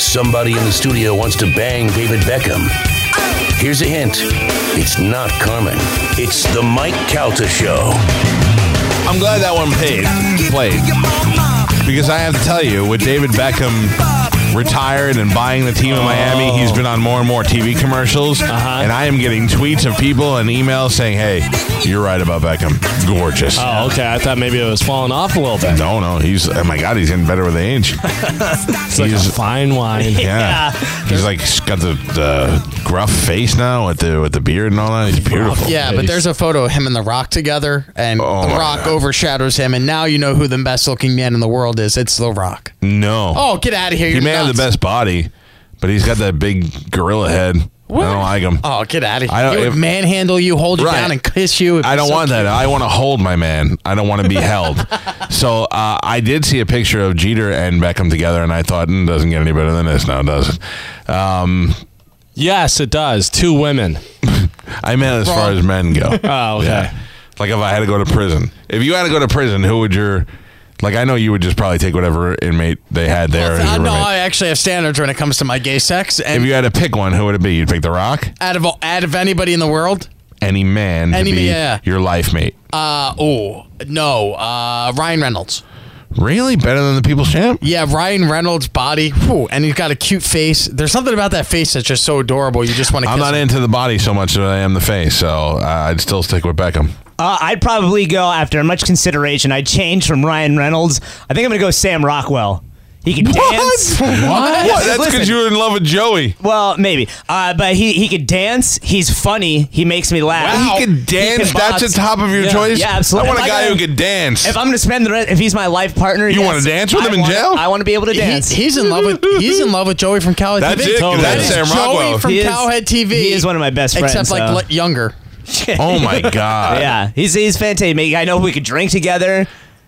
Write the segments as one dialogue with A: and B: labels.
A: Somebody in the studio wants to bang David Beckham. Here's a hint it's not Carmen, it's the Mike Calta Show.
B: I'm glad that one paid, played. Because I have to tell you, with David Beckham retired and buying the team in Miami,
C: Oh.
B: he's been on more and more TV commercials.
C: Uh-huh.
B: And I am getting tweets of people and emails saying, hey, you're right about Beckham. Gorgeous.
D: Oh, okay. I thought maybe it was falling off a little bit.
B: No, no, he's, oh my God, he's getting better with age.
D: It's like
B: he's-
D: a fine wine.
B: Yeah. He's like got the, the gruff face now with the with the beard and all that. He's beautiful.
C: Yeah, but there's a photo of him and The Rock together, and
B: Oh,
C: The
B: my
C: Rock
B: God.
C: overshadows him, and now you know who the best looking man in the world is. It's The Rock.
B: No.
C: Oh, get out of here!
B: he
C: You're
B: may have the
C: nuts.
B: best body, but he's got that big gorilla head. I don't like him.
C: Oh, get out of
B: I
C: here!
B: don't-
C: He would
B: if-
C: manhandle you, hold you
B: Right.
C: down, and kiss you. It'd
B: I
C: be
B: don't
C: so
B: want that. I want to hold my man. I don't want to be held. So uh, I did see a picture of Jeter and Beckham together, and I thought, mm, doesn't get any better than this now, does it? Um,
D: Yes, it does. Two women.
B: I meant as far as men go.
D: Oh, okay.
B: Like if I had to go to prison. If you had to go to prison, who would your. Like, I know you would just probably take whatever inmate they had there. as your
C: I, no,
B: roommate.
C: I actually have standards when it comes to my gay sex.
B: if
C: And
B: you had to pick one, who would it be? You'd pick The Rock?
C: out of all- out of anybody in the world,
B: Any man
C: Any-
B: to be
C: yeah.
B: your life mate.
C: uh, oh no, uh, Ryan Reynolds.
B: Really? Better than the People's Champ?
C: Yeah, Ryan Reynolds' body, whew, and he's got a cute face. There's something about that face that's just so adorable. You just want to.
B: I'm
C: kiss
B: not
C: him.
B: into the body so much as I am the face, so uh, I'd still stick with Beckham.
E: Uh, I'd probably go after much consideration. I'd change from Ryan Reynolds. I think I'm gonna go Sam Rockwell. He can dance.
B: What? That's because
E: Listen.
B: you were in love with Joey.
E: Well, maybe. Uh, but he he could dance. He's funny. He makes me laugh.
B: He can dance. That's the
E: box.
B: top of your
E: Yeah.
B: choice.
E: Yeah, absolutely.
B: I want a
E: If
B: guy
E: I
B: who
E: go-
B: can dance.
E: If I'm gonna spend the rest, if he's my life partner,
B: You
E: yes,
B: wanna dance with
E: I
B: him in
E: wanna-
B: jail?
E: I want to be able to
C: He-
E: dance.
C: he's in love with he's in love with Joey from Cowhead
B: That's
C: TV.
B: it, 'cause
C: That
B: that's
C: is
B: Sam Rockwell.
C: Joey from
E: He is-
C: Cowhead TV.
E: he is one of my best
C: Except
E: friends,
C: like
E: so-
C: le- younger.
B: oh my god!
E: yeah, he's he's fantastic. I know we could drink together.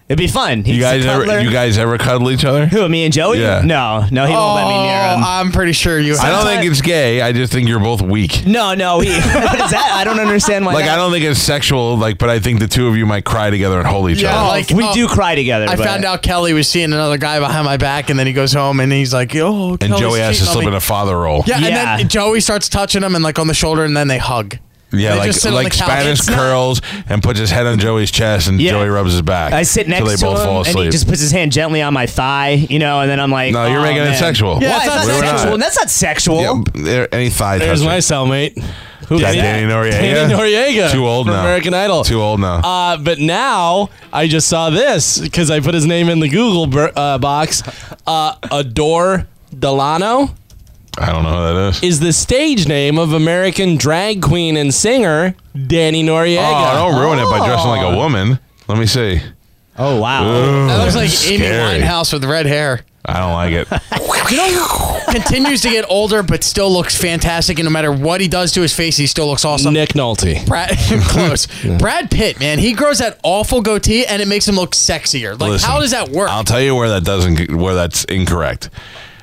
E: It'd be fun. He's
B: You guys
E: a
B: ever
E: cuddler.
B: you guys ever cuddle each other?
E: Who, me and Joey?
B: Yeah.
E: No, no, he won't let me near him.
C: Oh, I'm pretty sure you.
B: I don't
E: Sometimes-
B: think it's gay. I just think you're both weak.
E: no, no, he. what is that? I don't understand why.
B: Like
E: that-
B: I don't think it's sexual. Like, but I think the two of you might cry together and hold each
C: Yeah,
B: other.
C: like-
E: we
C: oh,
E: do cry together.
C: I
E: but-
C: found out Kelly was seeing another guy behind my back, and then he goes home and he's like, "Yo."
B: and
C: Kelly's
B: Joey has to
C: cheating on
B: slip
C: me."
B: in a father role.
C: Yeah,
E: Yeah.
C: and then Joey starts touching him and like on the shoulder, and then they hug.
B: Yeah,
C: They
B: like
C: just sit on
B: like
C: the couch.
B: Spanish
C: It's not-
B: curls and puts his head on Joey's chest and
E: Yeah.
B: Joey rubs his back.
E: I sit next
B: till they
E: to
B: both
E: him,
B: fall
E: and he
B: asleep.
E: just puts his hand gently on my thigh, you know, and then I'm like,
B: No, you're
E: "Oh,
B: making it
E: man."
B: sexual.
C: Yeah,
E: Why?
C: it's
E: It's
C: not
E: not
B: We're not.
E: sexual. That's not sexual.
B: Yeah, there- any thigh
D: There's
B: touching.
D: my cellmate. Who's
B: Yeah,
D: that?
B: Danny Noriega.
D: Danny Noriega.
B: Too old
D: from
B: now.
D: American Idol.
B: Too old now.
D: Uh, but now I just saw this because I put his name in the Google bur- uh, box. Uh, Adore Delano
B: I don't know who that is.
D: is the stage name of American drag queen and singer Danny Noriega.
B: Oh, don't ruin it by dressing like a woman. Let me see.
E: Oh wow.
B: Ooh,
C: That looks like Amy
B: scary.
C: Winehouse with red hair.
B: I don't like it.
C: Continues to get older, but still looks fantastic. And no matter what he does to his face, he still looks awesome.
D: Nick Nolte.
C: Brad, close. Brad Pitt, man, he grows that awful goatee and it makes him look sexier. Like,
B: Listen,
C: how does that work?
B: I'll tell you where that doesn't where that's incorrect.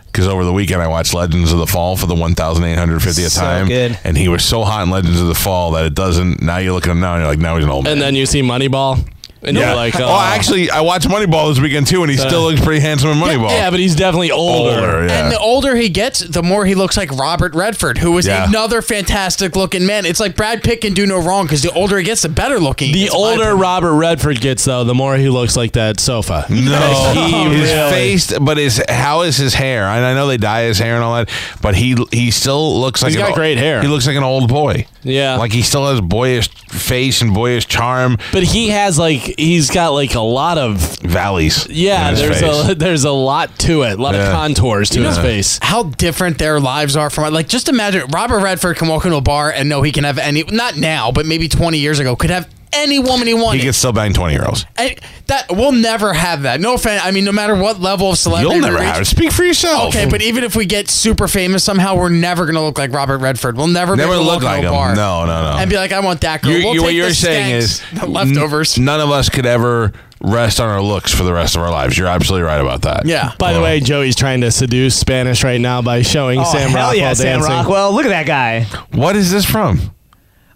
B: Because over the weekend I watched Legends of the Fall for the 1,850th
E: So
B: time,
E: good.
B: and he was so hot in Legends of the Fall that it doesn't. Now you look at him now and you're like, now he's an old man.
D: And then you see Moneyball, and you're like, uh,
B: oh, actually, I watched Moneyball this weekend too, and he still looks pretty handsome in Moneyball.
D: yeah, but he's definitely older.
B: older. Yeah.
C: And the older he gets, the more he looks like Robert Redford, who was
B: Yeah.
C: another fantastic looking man. It's like Brad Pitt can do no wrong because the older he gets, the better looking. he
D: The
C: gets, in my
D: older
C: opinion.
D: Robert Redford gets, though, the more he looks like that sofa.
B: No,
D: He
B: his
D: really-
B: face, but his how is his hair? And I know they dye his hair and all that, but he he still looks like
D: He's got
B: an, o-
D: great hair.
B: He looks like an old boy.
D: Yeah.
B: like he still has boyish face and boyish charm
D: But he has like he's got like a lot of
B: valleys.
D: yeah.
B: in his
D: There's
B: face.
D: a there's a lot to it. A lot
B: Yeah.
D: of contours to his face.
C: How different their lives are from like just imagine Robert Redford can walk into a bar and know he can have any not now but maybe twenty years ago could have any woman he wanted.
B: He can still bang twenty year olds.
C: And that we'll never have that. No offense. I mean, no matter what level of celebrity,
B: You'll
C: we
B: never
C: reach-
B: have. it. Speak for yourself.
C: Okay, but even if we get super famous somehow, we're never gonna look like Robert Redford. We'll never be
B: never
C: able to
B: look
C: walk into
B: like
C: a
B: him.
C: bar
B: No, no, no.
C: and be like, I want that girl.
B: You're-
C: we'll
B: you-
C: take
B: what you're
C: the
B: saying is
C: skanks, the leftovers.
B: n- none of us could ever rest on our looks for the rest of our lives. You're absolutely right about that.
C: yeah,
D: By the way, Joey's trying to seduce Spanish right now by showing
E: Oh,
D: Sam
E: hell
D: Rockwell
E: yeah,
D: dancing.
E: Sam Rockwell. Look at that guy.
B: What is this from?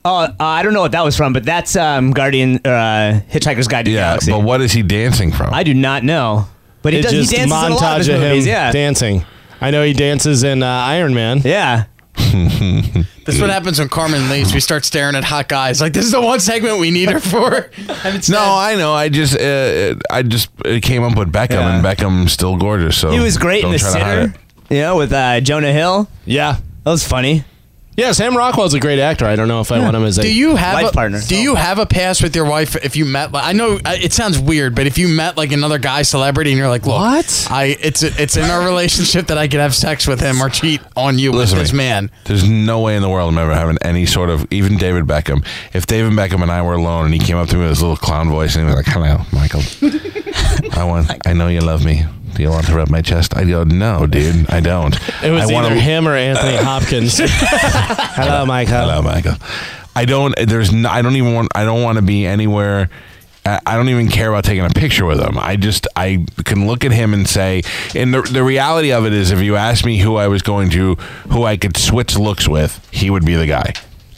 E: Oh, uh, I don't know what that was from, but that's um, Guardian uh, Hitchhiker's Guide to the
B: Yeah,
E: Galaxy.
B: but what is he dancing from?
E: I do not know. But he
D: It
E: does.
D: just
E: he dances in a lot of
D: montage
E: his
D: of, him
E: movies. Yeah.
D: dancing. I know he dances in uh, Iron Man.
E: Yeah.
C: This is what happens when Carmen leaves. We start staring at hot guys. Like this is the one segment we need her for. And it's
B: No,
C: dead.
B: I know. I just uh, I just uh, came up with Beckham, and Beckham's still gorgeous. So
E: He was great
B: don't
E: in The
B: try to hide
E: Sinner.
B: it.
E: You know, with uh, Jonah Hill.
D: Yeah.
E: That was funny.
D: Yeah, Sam Rockwell's a great actor. I don't know if I want him as a.
C: do you have a,
E: Life partner.
C: Do you have a pass with your wife if you met? Like, I know uh, it sounds weird, but if you met like another guy celebrity and you're like, look,
D: What?
C: I it's it's in our relationship that I could have sex with him or cheat on you
B: Listen to
C: with this
B: me.
C: man.
B: There's no way in the world I'm ever having any sort of even David Beckham. If David Beckham and I were alone, and he came up to me with his little clown voice, and he was like, "Hello, Michael. I want. I know you love me. Do you want to rub my chest?" I go, "No, dude, I don't.
D: It was
B: I
D: either
B: wanna-
D: him or Anthony Hopkins. Hello, Mike.
B: Hello, Michael. I don't. There's. No, I don't even want. I don't want to be anywhere. I I don't even care about taking a picture with him. I just I can look at him and say, and the, the reality of it is, if you ask me who I was going to, who I could switch looks with, he would be the guy.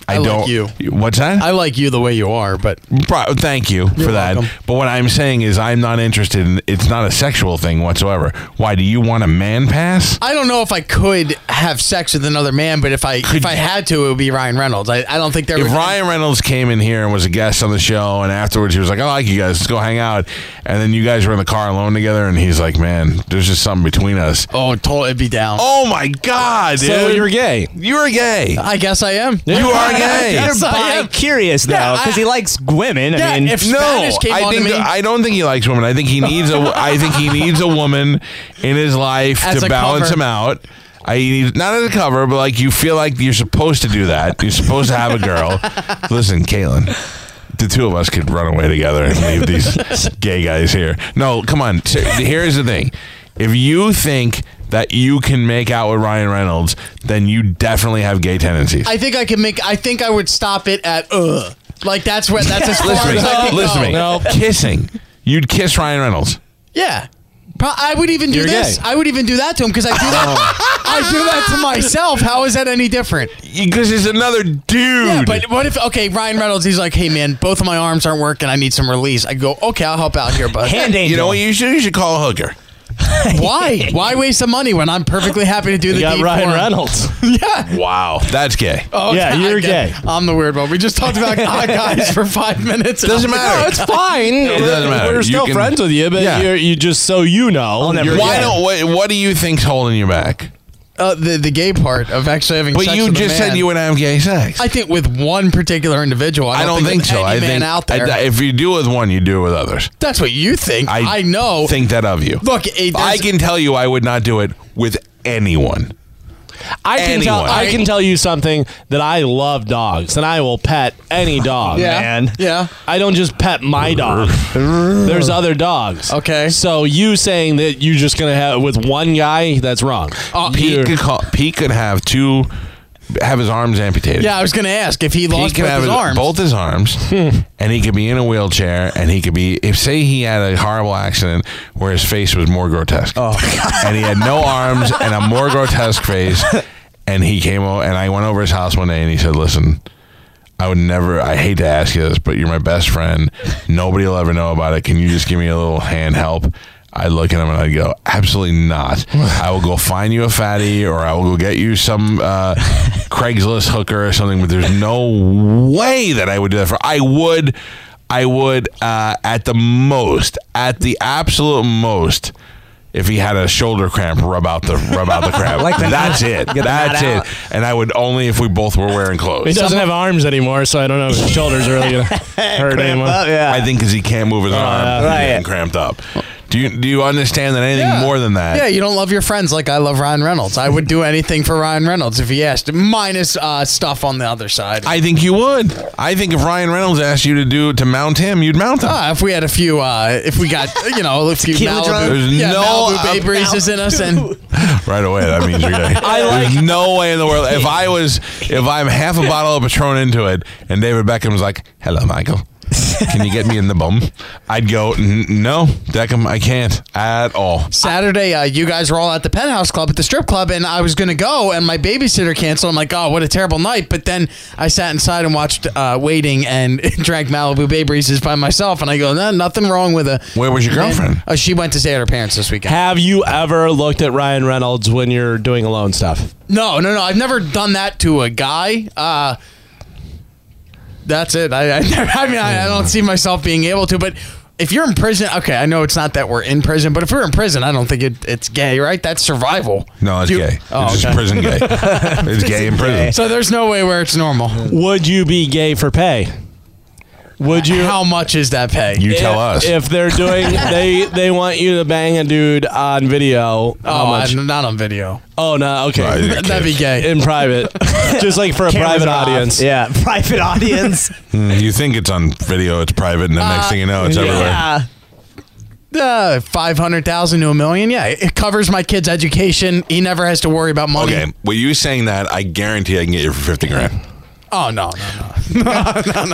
B: I,
C: I like
B: don't.
C: you.
B: What's that?
C: I like you the way you are, but
B: Pro- thank you for that.
C: welcome.
B: But what I'm saying is, I'm not interested in. It's not a sexual thing whatsoever. Why do you want a man pass?
C: I don't know if I could have sex with another man. But if I if I had to, it would be Ryan Reynolds. I, I don't think there.
B: if
C: would-
B: Ryan Reynolds came in here and was a guest on the show, and afterwards he was like, "Oh, "I like you guys, let's go hang out," and then you guys were in the car alone together, and he's like, "Man, there's just something between us."
C: oh, totally, it'd be down.
B: Oh my god, dude!
D: So you're gay.
B: You're gay.
C: I guess I am.
B: You are gay.
E: You're
C: Yes, I am.
E: curious though,
C: I-
E: because he likes women. I
C: Yeah,
E: mean,
C: if
B: No,
C: Spanish came
B: I
C: on to
B: think
C: me-
B: I don't think he likes women. I think he needs a I think he needs a woman in his life
C: As
B: to
C: a
B: balance
C: cover.
B: him out. I need not as a cover, but like you feel like you're supposed to do that. You're supposed to have a girl. Listen, Caitlin, the two of us could run away together and leave these gay guys here. No, come on. Ser- Here's the thing: if you think that you can make out with Ryan Reynolds, then you definitely have gay tendencies.
C: I think I can make. I think I would stop it at uh. Like that's where that's as far
B: listen
C: as I
B: to me.
C: could
B: Listen
C: go.
B: to me. Kissing. You'd kiss Ryan Reynolds.
C: Yeah. Pro- I would even do
D: You're
C: this.
D: gay.
C: I would even do that to him because I do
B: Oh.
C: that. I do that to myself. How is that any different?
B: Because he's another dude.
C: Yeah, but what if okay, Ryan Reynolds? He's like, hey man, both of my arms aren't working. I need some release. I go, okay, I'll help out here, but
E: hand angel.
B: you know what you should? You should call a hooker.
C: why? Why waste the money when I'm perfectly happy to do the
D: You got
C: deed
D: Ryan
C: for him?
D: Reynolds.
C: Yeah.
B: Wow, that's gay.
C: Oh,
D: Yeah,
C: I
D: you're
C: get it.
D: gay.
C: I'm the weird one. We just talked about hot guys for five minutes.
B: Doesn't matter.
D: No, it's fine. it
B: doesn't matter.
D: We're
B: You
D: still
B: can-
D: friends with you, but
B: Yeah.
D: you're, you just so you know.
E: never
D: you're
B: Why
D: gay.
B: don't? What, what do you think's holding you back?
C: Uh, the the gay part of actually having.
B: But
C: sex
B: you
C: with a
B: just said
C: man.
B: you would have gay sex.
C: I think with one particular individual. I
B: I
C: don't,
B: don't think,
C: of
B: so.
C: Any
B: I
C: man
B: think
C: out there.
B: I- if you do with one, you do with others.
C: that's what you think. I, know.
B: Think that of you.
C: Look, it,
B: I can tell you, I would not do it with anyone.
D: I can tell.
B: Anyone.
D: I can tell you something that I love dogs, and I will pet any dog.
C: Yeah.
E: man.
C: Yeah.
D: I don't just pet my dog. There's other dogs.
C: Okay.
D: So you saying that you're just gonna have with one guy? That's wrong.
B: Pete
C: Uh,
D: You're-
B: Uh, could call, Pete could have two, have his arms amputated.
C: Yeah, I was going to ask if he
B: he
C: lost
B: could
C: both
B: have
C: his arms.
B: both his arms, and he could be in a wheelchair, and he could be if say he had a horrible accident where his face was more grotesque,
C: Oh.
B: and he had no arms and a more grotesque face, and he came over, and I went over his house one day, and he said, "Listen." I would never. I hate to ask you this, but you're my best friend. Nobody will ever know about it. Can you just give me a little hand help? I'd look at him and I'd go, absolutely not. I will go find you a fatty, or I will go get you some uh, Craigslist hooker or something. But there's no way that I would do that for. I would, I would uh, at the most, at the absolute most. If he had a shoulder cramp, rub out the rub out the cramp.
E: Like the
B: That's it.
E: Get the knot
B: That's
E: out.
B: it. And I would only if we both were wearing clothes.
D: He doesn't have arms anymore, so I don't know if his shoulders are really gonna hurt anyone.
E: Well, yeah.
B: I think because he can't
C: Oh,
B: move his arm,
D: yeah.
B: he's
E: Right.
B: getting cramped up. Do you do you understand that anything more than that?
C: Yeah, you don't love your friends like I love Ryan Reynolds. I would do anything for Ryan Reynolds if he asked, minus uh, stuff on the other side.
B: I think you would. I think if Ryan Reynolds asked you to do to mount him, you'd mount him.
C: Ah, if we had a few, uh, if we got, you know, a few
E: Tequila drunk?
C: Malibu,
B: There's
C: yeah,
B: no-
C: Malibu Bay
B: I'm-
C: Breezes in us, and
B: Right away, that means you're gay. There's no way in the world. If I was, if I'm half a bottle of Patron into it, and David Beckham was like, "Hello, Michael," Can you get me in the bum? I'd go, "N- no, Beckham, I can't at all.
C: Saturday, uh, you guys were all at the Penthouse Club at the strip club, and I was gonna go, and my babysitter canceled. I'm like, oh, what a terrible night! But then I sat inside and watched uh, Waiting and drank Malibu Bay Breezes by myself, and I go, no, nothing wrong with a.
B: Where was your
C: And-
B: girlfriend?
C: Oh, she went to stay at her parents this weekend.
D: Have you ever looked at Ryan Reynolds when you're doing alone stuff?
C: No, no, no. I've never done that to a guy. Uh, that's it. I, I, never, I mean, I, I don't see myself being able to. But if you're in prison, okay, I know it's not that we're in prison, but if we're in prison, I don't think it, it's gay, right? That's survival.
B: No, it's
C: Do-
B: gay.
C: Oh,
B: it's
C: okay.
B: just prison gay. it's gay in prison.
C: So there's no way where it's normal.
D: Would you be gay for pay? Would you?
C: How much is that pay?
B: You tell
D: if,
B: us.
D: if they're doing they they want you to bang a dude on video. how
C: oh,
D: much?
C: I'm not on video.
D: oh no, okay.
B: Right, you're a
C: That'd be
B: kid.
C: gay.
D: In private, just like for a
E: Cameras
D: private
E: are off.
D: audience.
E: Yeah, private audience.
B: Mm, You think it's on video, it's private, and the next thing you know, it's everywhere.
E: yeah.
C: Uh, Five hundred thousand to a million. Yeah, it covers my kid's education. He never has to worry about money.
B: Okay, well, you saying that, I guarantee I can get you for 50 grand.
C: Oh no, no, no.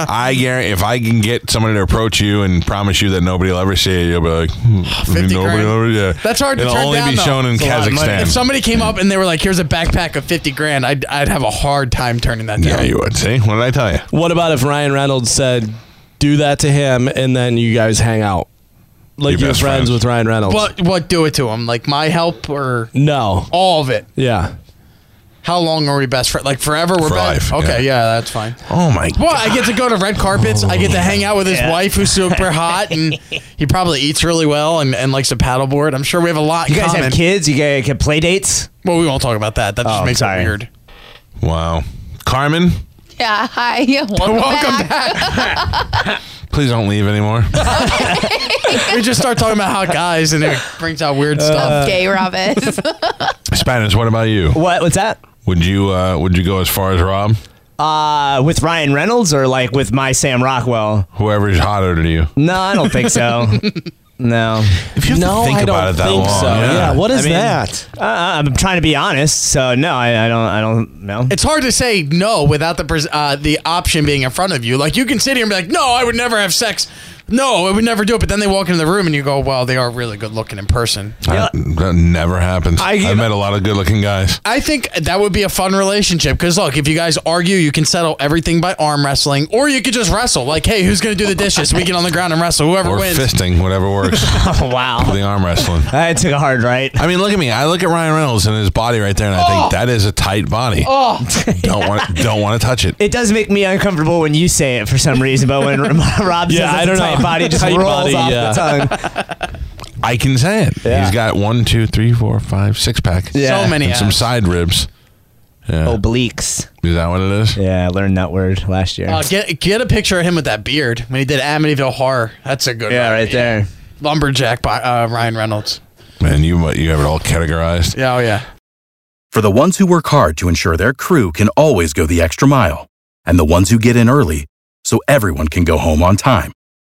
B: I guarantee if I can get somebody to approach you and promise you that nobody will ever see it, you'll be like, hmm,
C: 50
B: nobody
C: grand.
B: will ever, yeah.
C: That's hard to
B: It'll
C: turn
B: only
C: down,
B: be
C: though.
B: shown in
E: It's a lot of money.
C: If
B: Kazakhstan.
C: somebody came up and they were like, "Here's a backpack of fifty grand," I'd, I'd have a hard time turning that down.
B: Yeah, you would. See, what did I tell you?
D: What about if Ryan Reynolds said, "Do that to him," and then you guys hang out, like
B: Your
D: you're
B: best
D: friends,
B: friends.
D: with Ryan Reynolds?
C: What what do it to him? Like my help or
D: No.
C: all of it?
D: Yeah.
C: How long are we best friends? Like forever? We're best.
B: Life,
C: Okay,
B: yeah.
C: yeah. that's fine.
B: Oh my
C: Well, I get to go to red carpets. I get to hang out with his
E: Yeah.
C: wife, who's super hot, and he probably eats really well and, and likes to paddleboard. I'm sure we have a lot.
E: You
C: in
E: guys
C: common.
E: have kids? You guys have play dates?
C: Well, we won't talk about that. That just
E: Oh,
C: makes
E: sorry.
C: it weird.
B: Wow, Carmen,
F: Yeah, hi. Welcome,
C: Welcome
F: back.
C: back.
B: please don't leave anymore.
C: we just start talking about hot guys, and it brings out
B: Uh,
C: weird stuff.
F: Love gay Robbins.
B: Spanish, what about you?
E: What? What's that?
B: Would you uh, would you go as far as Rob?
E: Uh, with Ryan Reynolds or like with my Sam Rockwell?
B: Whoever's hotter to you?
E: No, I don't think so. no.
B: If you have
D: No,
B: to think
D: I don't
B: about it that
D: think
B: long,
D: so. Yeah. What is
E: I mean-
D: that?
E: Uh, I'm trying to be honest, so no, I, I don't. I don't know.
C: it's hard to say no without the pres- uh, the option being in front of you. Like you can sit here and be like, "No, I would never have sex. No, I would never do it." But then they walk into the room and you go, "Well, they are really good looking in person."
B: That, that never happens.
E: I
B: I
E: give-
B: have met a lot of good-looking guys.
C: I think that would be a fun relationship because look, if you guys argue, you can settle everything by arm wrestling, or you could just wrestle. Like, hey, who's gonna do the dishes? We get on the ground and wrestle. Whoever
B: Or
C: wins.
B: fisting, whatever works.
E: Oh, wow,
B: the arm wrestling.
E: I took a hard right.
B: I mean, look at me. I look at Ryan Reynolds and his body right there, and I think that is a tight body. Oh. don't want don't want to touch it.
E: It does make me uncomfortable when you say it for some reason, but when Rob says
D: Yeah, I
E: it's a
D: don't
E: tight
D: know.
E: body, it just
D: Tight
E: rolls
D: body,
E: off
D: yeah.
E: the tongue.
B: I can say it.
E: Yeah.
B: He's got one, two, three, four, five, six pack.
E: Yeah.
C: So many.
B: and some
C: abs.
B: side ribs. Yeah.
E: Obliques.
B: Is that what it is?
E: Yeah, I learned that word last year.
C: Uh, get get a picture of him with that beard when he did Amityville Horror. That's a good
E: yeah,
C: one.
E: right there.
C: Lumberjack by uh, Ryan Reynolds.
B: Man, you what you have it all categorized.
C: Yeah, oh yeah.
G: For the ones who work hard to ensure their crew can always go the extra mile, and the ones who get in early so everyone can go home on time,